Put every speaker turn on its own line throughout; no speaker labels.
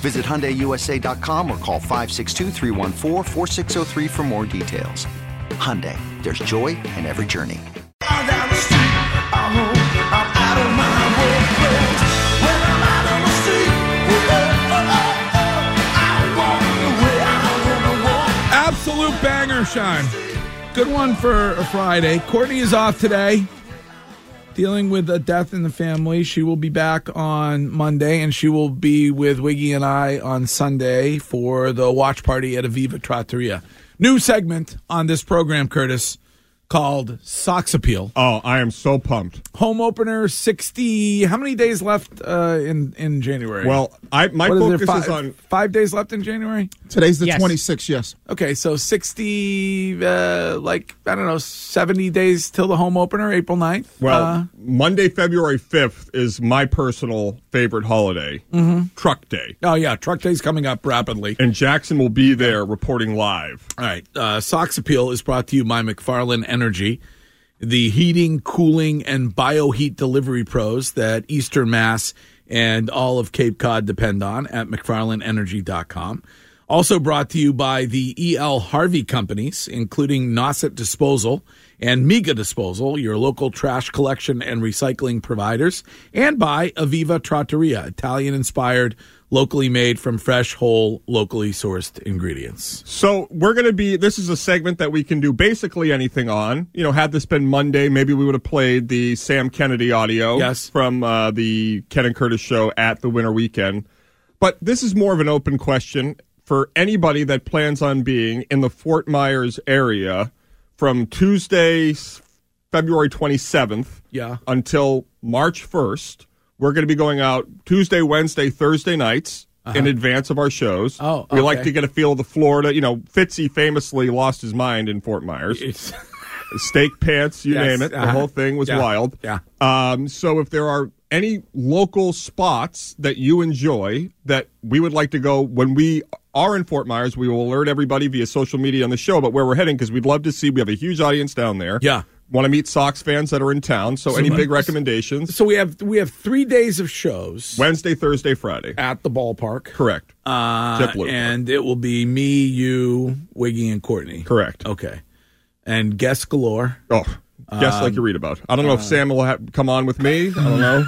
Visit HyundaiUSA.com or call 562-314-4603 for more details. Hyundai, there's joy in every journey.
Absolute banger, Shine. Good one for a Friday. Courtney is off today, dealing with a death in the family. She will be back on Monday, and she will be with Wiggy and I on Sunday for the watch party at Aviva Trattoria. New segment on this program, Curtis, called Socks Appeal.
Oh, I am so pumped.
Home opener, 60. How many days left uh, in, in January?
Well, I my
What is there,
focus
fi-
is on
Five days left in January?
Today's the
Yes.
26th, yes.
Okay, so 60, uh, like, I don't know, 70 days till the home opener, April 9th.
well
Uh,
Monday, February fifth is my personal favorite holiday, Truck Day,
oh, yeah, truck day's coming up rapidly.
and Jackson will be there reporting live.
All right, uh, Socks Appeal is brought to you by McFarland Energy, the heating, cooling, and bioheat delivery pros that Eastern Mass and all of Cape Cod depend on at McFarlandEnergy.com. Also brought to you by the E.L. Harvey companies, including Nauset Disposal and Mega Disposal, your local trash collection and recycling providers, and by Aviva Trattoria, Italian inspired, locally made from fresh, whole, locally sourced ingredients.
So we're going to be. This is a segment that we can do basically anything on. You know, had this been Monday, maybe we would have played the Sam Kennedy audio
Yes.
from uh, the Ken and Curtis show at the Winter Weekend. But this is more of an open question for anybody that plans on being in the Fort Myers area from Tuesday, s- February 27th,
Yeah.
until March 1st. We're going to be going out Tuesday, Wednesday, Thursday nights in advance of our shows.
Uh-huh. Oh,
we like
okay.
to get a feel of the Florida. You know, Fitzy famously lost his mind in Fort Myers.
It's,
Steak pants, you
Yes,
name it.
uh-huh.
The whole thing was
Yeah,
wild.
yeah.
Um, so if there are any local spots that you enjoy that we would like to go when we are in Fort Myers, we will alert everybody via social media on the show about where we're heading because we'd love to see. We have a huge audience down there.
Yeah.
Want to meet Sox fans that are in town. So, any big recommendations?
so we have we have three days of shows
Wednesday, Thursday, Friday.
at the ballpark,
Correct.
uh,
JetBlue.
and it will be me, you, Wiggy, and Courtney.
Correct.
Okay, and guest galore.
Oh, guess like
Um,
you read about. I don't
uh,
know if Sam will ha- come on with me. I don't know.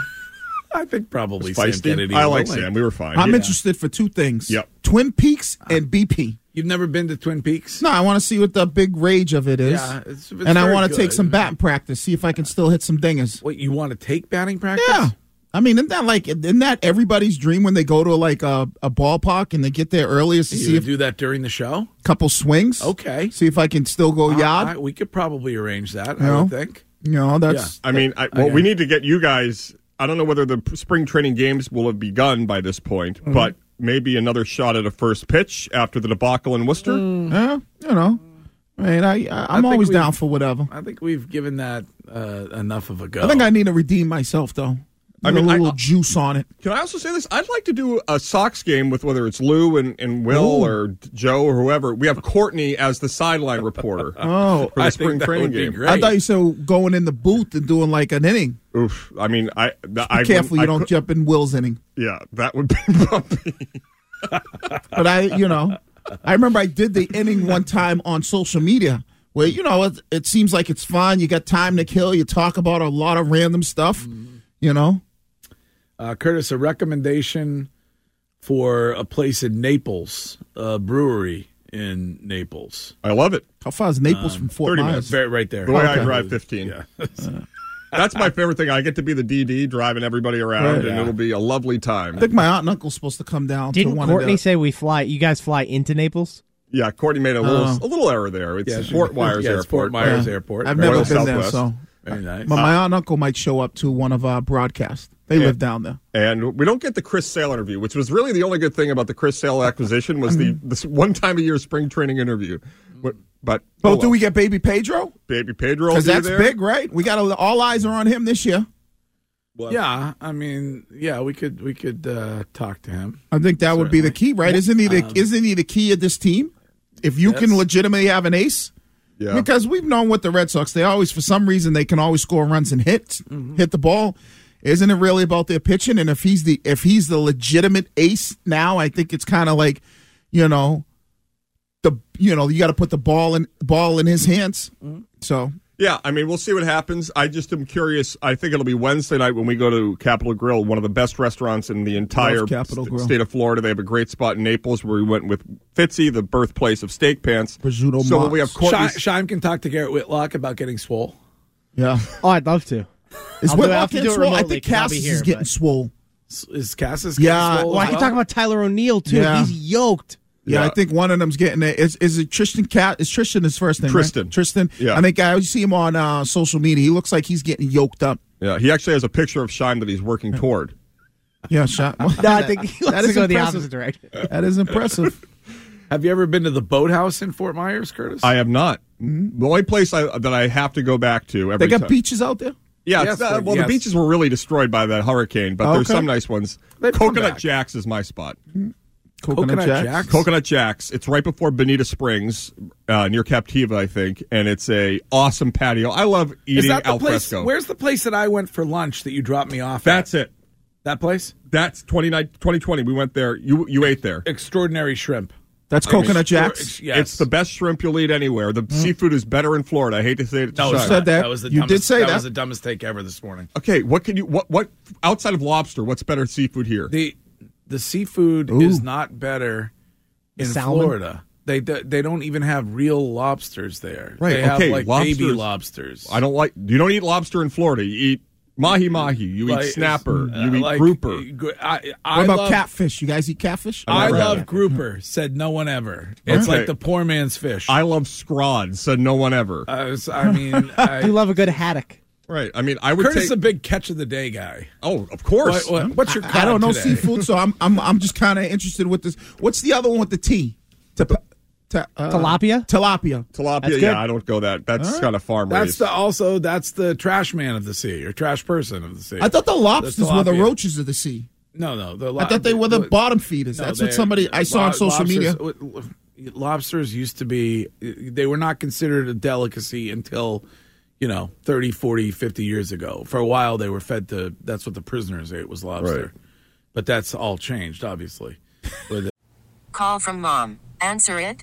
I think probably Sam
Feisty.
Kennedy.
I like
will.
Sam. We were fine.
I'm
Yeah.
interested for two things.
Yep.
Twin Peaks and BP.
You've never been to Twin Peaks?
No, I want to see what the big rage of it is.
Yeah, it's- it's
and I
very
want to take
good.
some batting practice, see if I can still hit some dingers.
What you want to take batting practice?
Yeah. I mean, isn't that like isn't that everybody's dream when they go to like a, a ballpark and they get there early is to
You
see
would
if a
do that during the show.
couple swings?
Okay.
See if I can still go yard.
I- we could probably arrange that. I
No.
would think.
you know, that's
I mean, I, well, we need to get you guys. I don't know whether the p- spring training games will have begun by this point,
Mm-hmm.
but maybe another shot at a first pitch after the debacle in Worcester.
Mm.
eh, you know. I mean, I, I I'm
think
always
we-
down for whatever.
I think we've given that uh, enough of a go.
I think I need to redeem myself though.
I
I
mean,
mean, a
I-
little juice on it.
Can I also say this? I'd like to do a Sox game with whether it's Lou and, and Will or D- Joe or whoever. We have Courtney as the sideline reporter
Oh,
for the
I
spring
think that
training
would be
game.
great.
I thought you said going in the booth and doing like an inning.
Oof! I mean, I, th- I
Careful,
I
you don't
cou-
jump in Will's inning.
Yeah, that would be bumpy.
But I, you know, I remember I did the inning one time on social media where you know it, it seems like it's fun. You got time to kill. You talk about a lot
Mm-hmm.
of random stuff. You know,
Uh, Curtis, a recommendation for a place in Naples, a brewery in Naples.
I love it.
How far is Naples
Um,
from Fort
30
Myers?
minutes, right, right there.
The way
Okay.
I drive 15.
Yeah.
That's my favorite thing. I get to be the DD driving everybody around,
Right.
and it'll be a lovely time.
I think my aunt and uncle's supposed to come down to
Didn't
one
Courtney
of the,
say we fly? You guys fly into Naples?
Yeah, Courtney made a little
Oh.
a little error there. It's
Yeah, she-
Fort Myers
yeah, it's
Airport.
Fort Myers Airport.
I've
Very
never been
nice.
there,
Southwest.
so
Very nice.
but my aunt and uncle might show up to one of our broadcasts. They live down there.
And we don't get the Chris Sale interview, which was really the only good thing about the Chris Sale acquisition was the this one time a year spring training interview. But but,
But
oh,
do we get baby Pedro?
baby Pedro? will
Because
be
that's
there.
big, right? We got a, all eyes are on him this year.
yeah, I mean, yeah, we could we could uh, talk to him.
I think that would be the key, right? Isn't he the isn't he the key of this team? If you can
Yes.
legitimately have an ace,
Yeah.
because we've known with the Red Sox, they always for some reason they can always score runs and hits, hit the ball. Isn't it really about their pitching? And if he's the if he's the legitimate ace now, I think it's kind of like, you know, the you know you got to put the ball in ball in his hands. So
Yeah, I mean, we'll see what happens. I just am curious. I think it'll be Wednesday night when we go to Capitol Grill, one of the best restaurants in the entire
Love Capitol
st-
Grill.
state of Florida. They have a great spot in Naples where we went with Fitzy, the birthplace of steak pants.
Prosciutto
so
Mott's.
we have Courtney.
Shime, Shime can talk to Garrett Whitlock about getting swole.
yeah,
Oh, I'd love to.
is
I'll do it- I'll have
Whitlock
to
getting
do it
swole? I
remotely
think
'cause I'll be
Cassis is
here,
getting
but-
swole.
S- Is Cassis?
Yeah,
getting swole
Well, I
as
can talk about Tyler O'Neill too.
Yeah.
He's yoked.
Yeah, I
Yeah.
think one of them's getting it. Is is it Tristan Cat? Is Tristan his first name? right?
Tristan.
Tristan.
Yeah.
I think I always see him on uh, social media. He looks like he's getting yoked up.
yeah, he actually has a picture of Shime that he's working toward.
Yeah, shot.
No, I think he wants
is
to go the
impressive.
opposite direction.
that is impressive.
Have you ever been to the boathouse in Fort Myers, Curtis?
I have not. The only place I, that I have to go back to every
Mm-hmm. They got
time.
beaches out there.
Yeah, it's
Yes,
not-
like,
well,
yes.
the beaches were really destroyed by that hurricane, but there's
Okay.
some nice ones.
They've come
Coconut
back.
Jacks is my spot.
Coconut,
Coconut
Jacks.
Jacks?
Coconut Jacks. It's right before Bonita Springs, uh, near Captiva, I think, and it's a awesome patio. I love eating
Is that the
al
place?
fresco.
Where's the place that I went for lunch that you dropped me off?
That's
at?
it.
That place?
That's 29 2020. We went there. You you ate there.
Extraordinary shrimp.
That's Coconut Jacks.
Ex- yes. Mm-hmm.
It's the best shrimp you'll eat anywhere. The seafood is better in Florida. I hate to say it. to
No, it's
Shime.
said
not.
that.
was the
You did
dumbest,
say that.
was the dumbest take ever this morning.
Okay, what can you what what outside of lobster? What's better seafood here?
The the seafood is not better in
salmon?
Florida. They d- they don't even have real lobsters there.
Right,
They have
okay,
like baby
lobsters-
lobsters.
I don't like. You don't eat lobster in Florida. You eat
Mm-hmm.
mahi mahi. You eat
Like,
snapper.
uh,
You eat
like,
grouper.
gr- I, I
What about
love,
catfish? You guys eat catfish?
I
Never had
love
it.
grouper. Said no one ever. It's
Okay.
like the poor man's fish.
I love scrod. Said no one ever.
I, was- I mean,
I do
I,
love a good haddock.
right. I mean, I would
Curtis
take.
a big catch of the day guy.
oh, of course.
What- what- what's your?
I
cod
don't know
today?
seafood, so I'm I'm I'm just kind of interested with this. What's the other one with the T? Ta- ta- uh,
Tilapia?
Tilapia.
That's
Tilapia,
good.
yeah, I don't go that. That's kind of farm
That's
raised.
the also that's the trash man of the sea or trash person of the sea.
I thought the lobsters were the
tilapia.
roaches of the sea.
no no the
I thought they were the bottom feeders. That's what somebody I saw on social media.
media. Lobsters used to be they were not considered a delicacy until you know 30 40 50 years ago. For a while they were fed to that's what the prisoners ate was lobster. But that's all changed obviously. With
Call from mom. Answer it.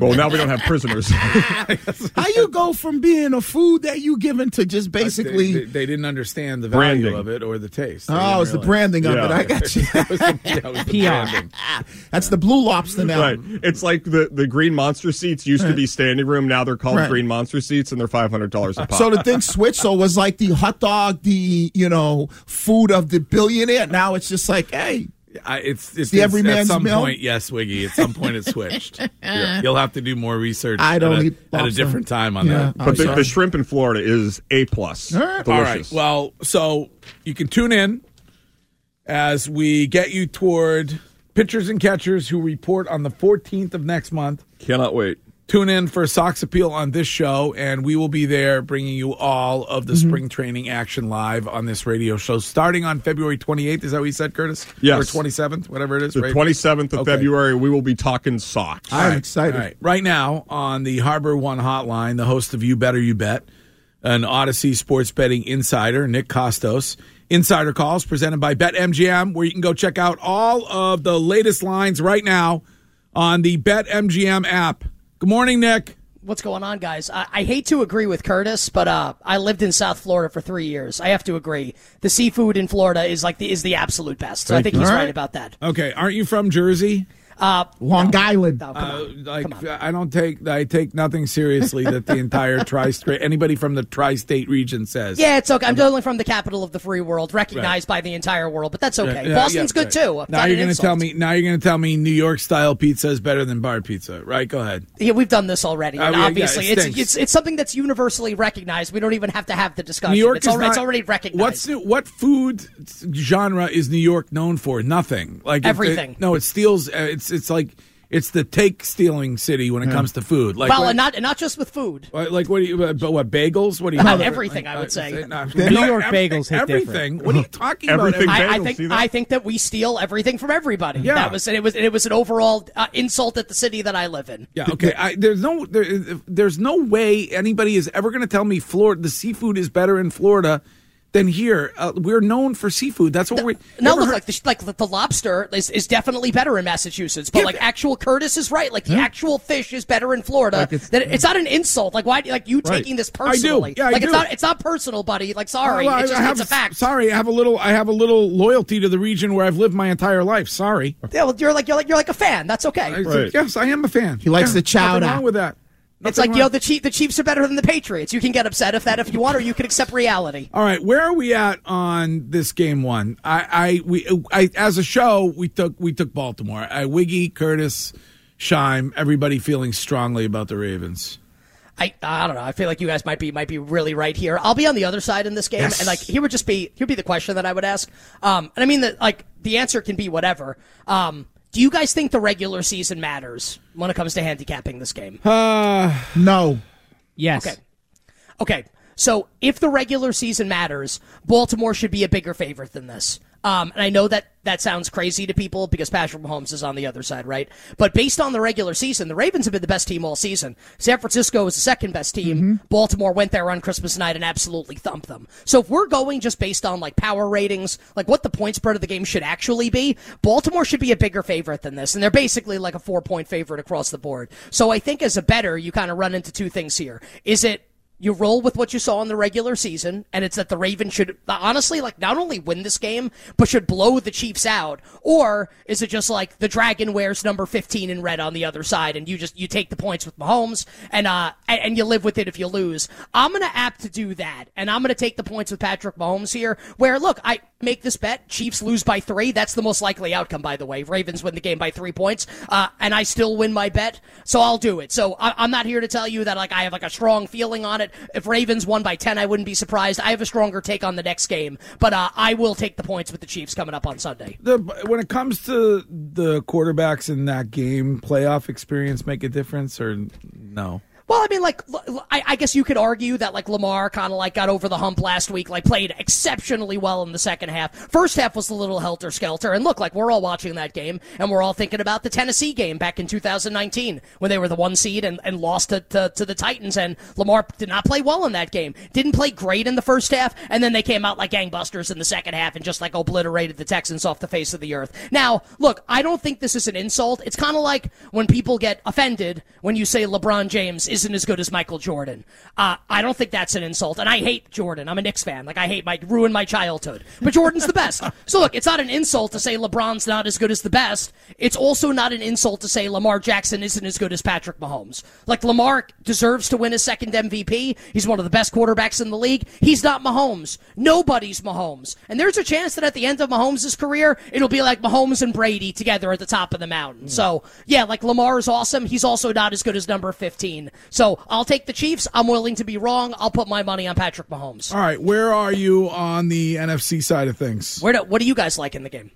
Well, now we don't have prisoners.
How you go from being a food that you given to just basically?
they, they- they didn't understand the value
Branding.
of it or the taste. They didn't
oh, it's the
realize.
branding of it.
Yeah.
I got you.
That was the- that was the branding.
That's the blue lobster now.
right. It's like the, the green monster seats used to be standing room. Now they're called
Right. Uh,
green monster seats, and they're five hundred dollars a pop.
So the thing switched. So it was like the hot dog, the you know food of the billionaire. Now it's just like, hey,
I, it's it's,
The
it's- at
everyman's
some
meal?
point, yes, Wiggy. At some point, it switched. You'll have to do more research.
I
at
don't
a,
eat
at a
lobster.
different time on
Yeah. Oh,
that.
I'm
but the,
sorry.
the shrimp in Florida is a plus.
All right.
All right.
Delicious.
Well, so you can tune in as we get you toward pitchers and catchers who report on the 14th of next month.
cannot wait.
Tune in for Sox Appeal on this show, and we will be there bringing you all of the
Mm-hmm.
spring training action live on this radio show starting on February 28th. Is that what you said, Curtis?
Yes.
Or 27th, whatever it is.
The
right?
twenty seventh of
Okay.
February, we will be talking socks.
I'm excited.
All right. Right now on the Harbor One Hotline, the host of You Better You Bet, an Odyssey sports betting insider, Nick Costos. Insider calls presented by BetMGM, where you can go check out all of the latest lines right now on the BetMGM app. Good morning, Nick.
What's going on, guys? I, I hate to agree with Curtis, but uh, I lived in South Florida for three years. I have to agree. The seafood in Florida is like the is the absolute best. So I think he's
All
right.
right.
about that.
Okay, aren't you from Jersey? Uh,
Long Island.
Oh, come on.
Like I don't take I take nothing seriously that the entire tri-state anybody from the tri-state region says.
Yeah, it's okay. I'm totally from the capital of the free world, recognized by the entire world, but that's okay.
Yeah,
Boston's
yeah,
good
right.
too. It's
Now you're
not an
going to
insult.
tell me. Now you're going to tell me New York style pizza is better than bar pizza, right? Go ahead.
Yeah, we've done this already.
Uh,
and
yeah, yeah,
obviously,
it
it's,
stinks.
it's it's something that's universally recognized. We don't even have to have the discussion.
New York
it's,
is
alre-
not,
it's already recognized.
What's the- what food genre is New York known for? Nothing. Like it-
Everything.
it- no, it steals. uh, It's it's like it's the take stealing city when it comes to food. Like
well,
what,
and not and not just with food.
what- like what do you? uh, But what bagels? What do you?
Uh,
call it?
everything, I would say.
no,
New York bagels hit
Everything. What are you talking about? Everything?
Everything
I,
bagels,
I
see
think
that?
I think that we steal everything from everybody.
Yeah.
That was and it was and it was an overall uh, insult at the city that I live in.
Yeah. Okay. I, there's no there, there's no way anybody is ever going to tell me Florida the seafood is better in Florida than here. Uh, we're known for seafood. That's what we.
No,
ever
look
heard-
like the, like the lobster is, is definitely better in Massachusetts, but
Yeah,
like
but-
actual Curtis is right. Like the actual fish is better in Florida. it's, that it's not an insult. Like why? Like you taking this
I do.
personally?
Yeah, I
like it's
do.
not it's not personal, buddy. Like sorry,
Well,
it's, just,
have
it's a
s-
fact.
Sorry, I have a little. I have a little loyalty to the region where I've lived my entire life. Sorry.
Yeah, well, you're like you're like you're like a fan. That's okay.
I said, Yes, I am a fan. He
likes the chowder.
Nothing wrong with that.
it's
Nothing
like
wrong-
you know the chief the Chiefs are better than the Patriots. You can get upset if that if you want, or you can accept reality.
All right, where are we at on this game one? I, I, we, I, as a show, we took we took Baltimore. I, Wiggy, Curtis, Shime, everybody feeling strongly about the Ravens.
I I don't know. I feel like you guys might be might be really right here. I'll be on the other side in this game, and like here would just be here would be the question that I would ask. Um, and I mean that like the answer can be whatever. Um, do you guys think the regular season matters when it comes to handicapping this game?
No.
Yes.
Okay. Okay. So if the regular season matters, Baltimore should be a bigger favorite than this. Um, and I know that that sounds crazy to people because Patrick Mahomes is on the other side, right? But based on the regular season, the Ravens have been the best team all season. San Francisco was the second best team. Baltimore went there on Christmas night and absolutely thumped them. So if we're going just based on like power ratings, like what the point spread of the game should actually be, Baltimore should be a bigger favorite than this. And they're basically like a four point favorite across the board. So I think as a better, you kind of run into two things here. Is it you roll with what you saw in the regular season, and it's that the Ravens should honestly, like, not only win this game, but should blow the Chiefs out. Or is it just like the Dragon wears number 15 in red on the other side, and you just, you take the points with Mahomes, and, uh, and, and you live with it if you lose? I'm gonna apt to do that, and I'm gonna take the points with Patrick Mahomes here, where, look, I make this bet, Chiefs lose by three. That's the most likely outcome, by the way. Ravens win the game by three points, uh, and I still win my bet, so I'll do it. So I, I'm not here to tell you that like I have like a strong feeling on it. If Ravens won by ten, I wouldn't be surprised. I have a stronger take on the next game, but uh, I will take the points with the Chiefs coming up on Sunday.
The when it comes to the quarterbacks in that game, playoff experience make a difference or no?
Well, I mean, like, l- l- I, I guess you could argue that like Lamar kind of like got over the hump last week, like played exceptionally well in the second half. First half was a little helter skelter, and look, like we're all watching that game and we're all thinking about the Tennessee game back in 2019 when they were the one seed and, and lost to, to to the Titans, and Lamar did not play well in that game, didn't play great in the first half, and then they came out like gangbusters in the second half and just like obliterated the Texans off the face of the earth. Now, look, I don't think this is an insult. It's kind of like when people get offended when you say LeBron James isn't as good as Michael Jordan. Uh, I don't think that's an insult, and I hate Jordan. I'm a Knicks fan. Like I hate my ruined my childhood, but Jordan's the best. So look, it's not an insult to say LeBron's not as good as the best. It's also not an insult to say Lamar Jackson isn't as good as Patrick Mahomes. Like Lamar deserves to win his second MVP. He's one of the best quarterbacks in the league. He's not Mahomes. Nobody's Mahomes. And there's a chance that at the end of Mahomes' career, it'll be like Mahomes and Brady together at the top of the mountain. So, yeah, like Lamar is awesome. He's also not as good as number 15. So, I'll take the Chiefs. I'm willing to be wrong. I'll put my money on Patrick Mahomes.
All right, where are you on the NFC side of things?
Where do, what do you guys like in the game?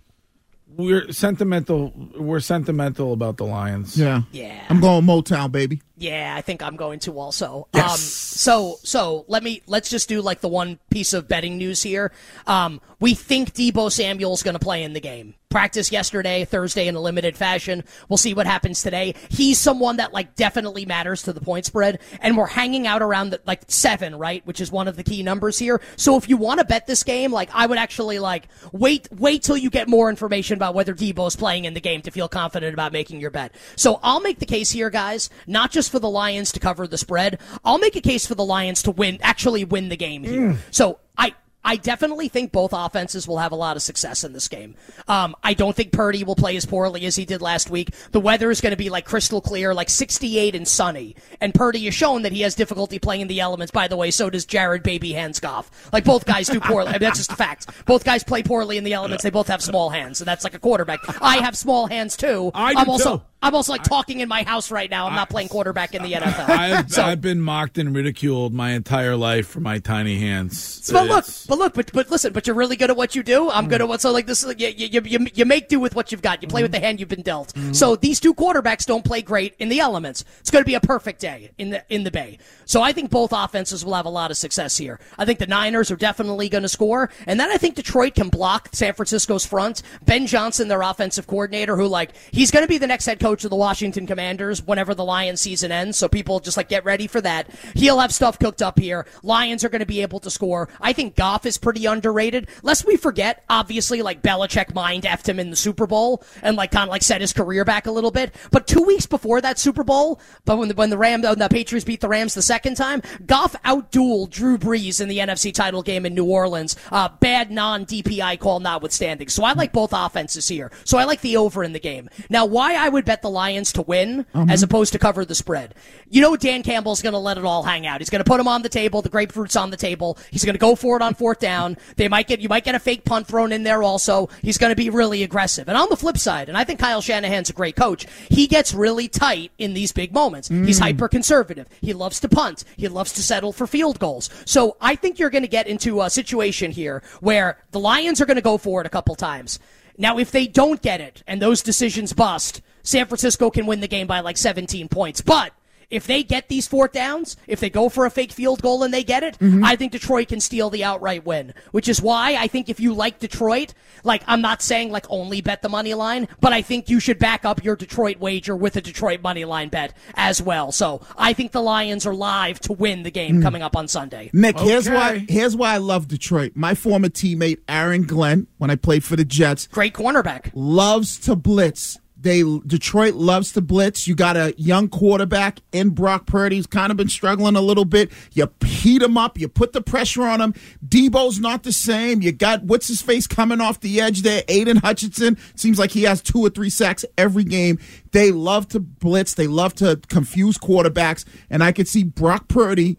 We're sentimental. We're sentimental about the Lions.
Yeah.
Yeah.
I'm going Motown, baby.
Yeah, I think I'm going to also.
Yes.
Um so so let me let's just do like the one piece of betting news here. Um we think Debo Samuel's going to play in the game. Practice yesterday, Thursday in a limited fashion. We'll see what happens today. He's someone that like definitely matters to the point spread and we're hanging out around the, like 7, right, which is one of the key numbers here. So if you want to bet this game, like I would actually like wait wait till you get more information about whether Debo's playing in the game to feel confident about making your bet. So I'll make the case here, guys, not just for the Lions to cover the spread. I'll make a case for the Lions to win, actually win the game
Mm.
here. So I. I definitely think both offenses will have a lot of success in this game. Um, I don't think Purdy will play as poorly as he did last week. The weather is going to be like crystal clear, like 68 and sunny. And Purdy has shown that he has difficulty playing in the elements. By the way, so does Jared Baby Handscoff. Like both guys do poorly. I mean, that's just a fact. Both guys play poorly in the elements. They both have small hands, and that's like a quarterback. I have small hands too.
I do
am also
too.
I'm also like talking in my house right now. I'm not playing quarterback in the NFL.
I've, I've been mocked and ridiculed my entire life for my tiny hands.
But look,
It's-
but look, but but listen, but you're really good at what you do. I'm good at what so like this. is- You you, you, you make do with what you've got. You play with the hand you've been dealt. So these two quarterbacks don't play great in the elements. It's going to be a perfect day in the in the Bay. So I think both offenses will have a lot of success here. I think the Niners are definitely going to score, and then I think Detroit can block San Francisco's front. Ben Johnson, their offensive coordinator, who like he's going to be the next head coach of the Washington Commanders whenever the Lions season ends. So people just like get ready for that. He'll have stuff cooked up here. Lions are going to be able to score. I think Goff is pretty underrated. Lest we forget, obviously, like Belichick mind effed him in the Super Bowl and like kind of like set his career back a little bit. But two weeks before that Super Bowl, but when the when the Rams when the Patriots beat the Rams the second time, Goff outdueled Drew Brees in the NFC title game in New Orleans. Uh, bad non DPI call notwithstanding. So I like both offenses here. So I like the over in the game. Now, why I would bet the Lions to win as opposed to cover the spread? You know, Dan Campbell's going to let it all hang out. He's going to put them on the table. The grapefruit's on the table. He's going to go for it on fourth down. They might get you might get a fake punt thrown in there also. He's going to be really aggressive. And on the flip side, and I think Kyle Shanahan's a great coach. He gets really tight in these big moments. He's hyper conservative. He loves to punt. He loves to settle for field goals. So I think you're going to get into a situation here where the Lions are going to go for it a couple times. Now, if they don't get it and those decisions bust, San Francisco can win the game by like 17 points. But if they get these fourth downs, if they go for a fake field goal and they get it, I think Detroit can steal the outright win, which is why I think if you like Detroit, like I'm not saying like only bet the money line, but I think you should back up your Detroit wager with a Detroit money line bet as well. So I think the Lions are live to win the game coming up on Sunday.
Nick, here's
Okay.
why here's why I love Detroit. My former teammate Aaron Glenn, when I played for the Jets,
Great cornerback.
loves to blitz. They Detroit loves to blitz. You got a young quarterback in Brock Purdy. He's kind of been struggling a little bit. You heat him up. You put the pressure on him. Debo's not the same. You got what's his face coming off the edge there. Aiden Hutchinson seems like he has two or three sacks every game. They love to blitz. They love to confuse quarterbacks. And I could see Brock Purdy.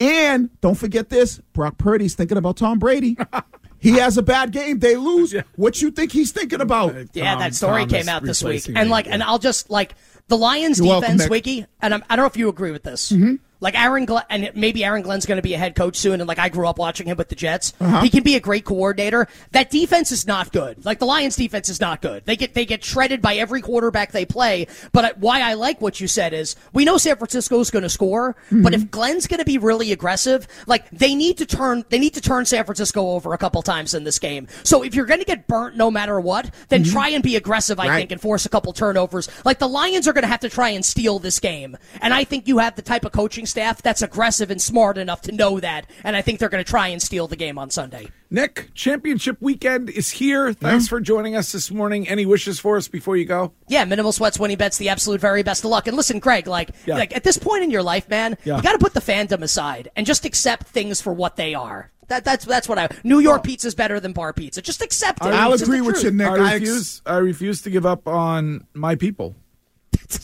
And don't forget this: Brock Purdy's thinking about Tom Brady. He has a bad game. They lose. What you think he's thinking about?
Yeah,
Tom
that story
Thomas
came out this week,
replacing
and
me.
like, and I'll just like the Lions
You're welcome, Nick.
defense,
Mm-hmm.
Wiki, and I'm, I don't know if you agree with this. Like Aaron Glenn, and maybe Aaron Glenn's going to be a head coach soon. And like I grew up watching him with the Jets.
Uh-huh.
He can be a great coordinator. That defense is not good. Like the Lions' defense is not good. They get they get shredded by every quarterback they play. But I, why I like what you said is we know San Francisco's going to score, but
Mm-hmm.
Mhm.
if Glenn's going to be really aggressive, like they need to turn they need to turn San Francisco over a couple times in this game. So if you're going to get burnt no matter what, then
Mhm.
try and be aggressive. I
Right.
think and force a couple turnovers. Like the Lions are going to have to try and steal this game, and I think you have the type of coaching staff that's aggressive and smart enough to know that, and I think they're going to try and steal the game on Sunday.
Nick, championship weekend is here. Thanks for joining us this morning. Any wishes for us before you go?
Yeah, minimal sweats, winning bets, the absolute very best of luck. And listen, Greg, like,
Yeah.
like at this point in your life, man,
Yeah.
you got to put the fandom aside and just accept things for what they are. That, that's that's what I. New York
Oh.
pizza's better than bar pizza. Just accept it. It's the truth.
I refuse. I refuse to give up on my people.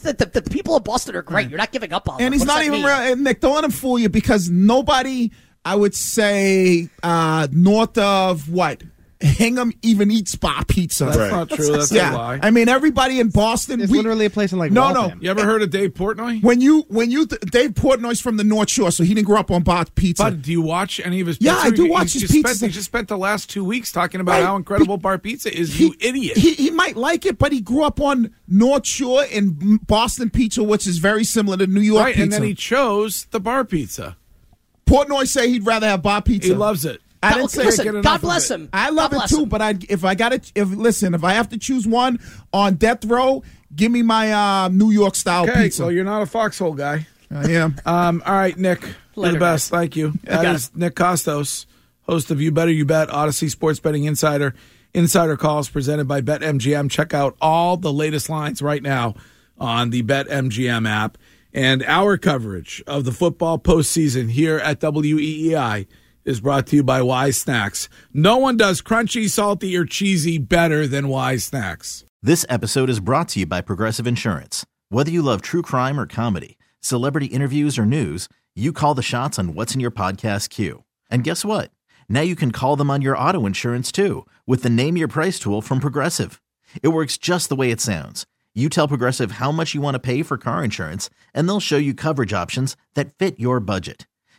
The, the- the people of Boston are
Mm.
great. You're not giving up on them.
And he's
What does
not
that
even
mean?
real. And Nick, don't let him fool you because nobody, I would say, uh, north of what? Hingham even eats bar pizza.
That's Right. not true. That's a
yeah.
lie.
I mean, everybody in Boston. It's literally
a place in like
no, no.
You ever heard of Dave Portnoy?
When you when you th- Dave Portnoy's from the North Shore, so he didn't grow up on bar pizza.
Bud, do you watch any of his?
Yeah,
pizza
I do
reviews?
watch
He's
his
just
pizza.
Spent, he just spent the last two weeks talking about
Right.
how incredible bar pizza is. you idiot!
he, he might like it, but he grew up on North Shore and Boston pizza, which is very similar to New York
right,
pizza.
and then he chose the bar pizza.
Portnoy say he'd rather have bar pizza.
He loves it.
I
God-
didn't say
listen, God bless
him.
I love
God
it
bless
too,
him.
but I if I got to if listen if I have to choose one on death row, give me my uh, New York style
Okay,
pizza.
so you're not a foxhole guy.
I am.
Um, all right, Nick, you're the
Later,
best. Thank you. That
got
is Nick Costos, host of You Better You Bet, Odyssey Sports Betting Insider. Insider calls presented by BetMGM. Check out all the latest lines right now on the BetMGM app. And our coverage of the football postseason here at WEEI is brought to you by Wise Snacks. No one does crunchy, salty, or cheesy better than Wise Snacks.
This episode is brought to you by Progressive Insurance. Whether you love true crime or comedy, celebrity interviews or news, you call the shots on what's in your podcast queue. And guess what? Now you can call them on your auto insurance too with the Name Your Price tool from Progressive. It works just the way it sounds. You tell Progressive how much you want to pay for car insurance, and they'll show you coverage options that fit your budget.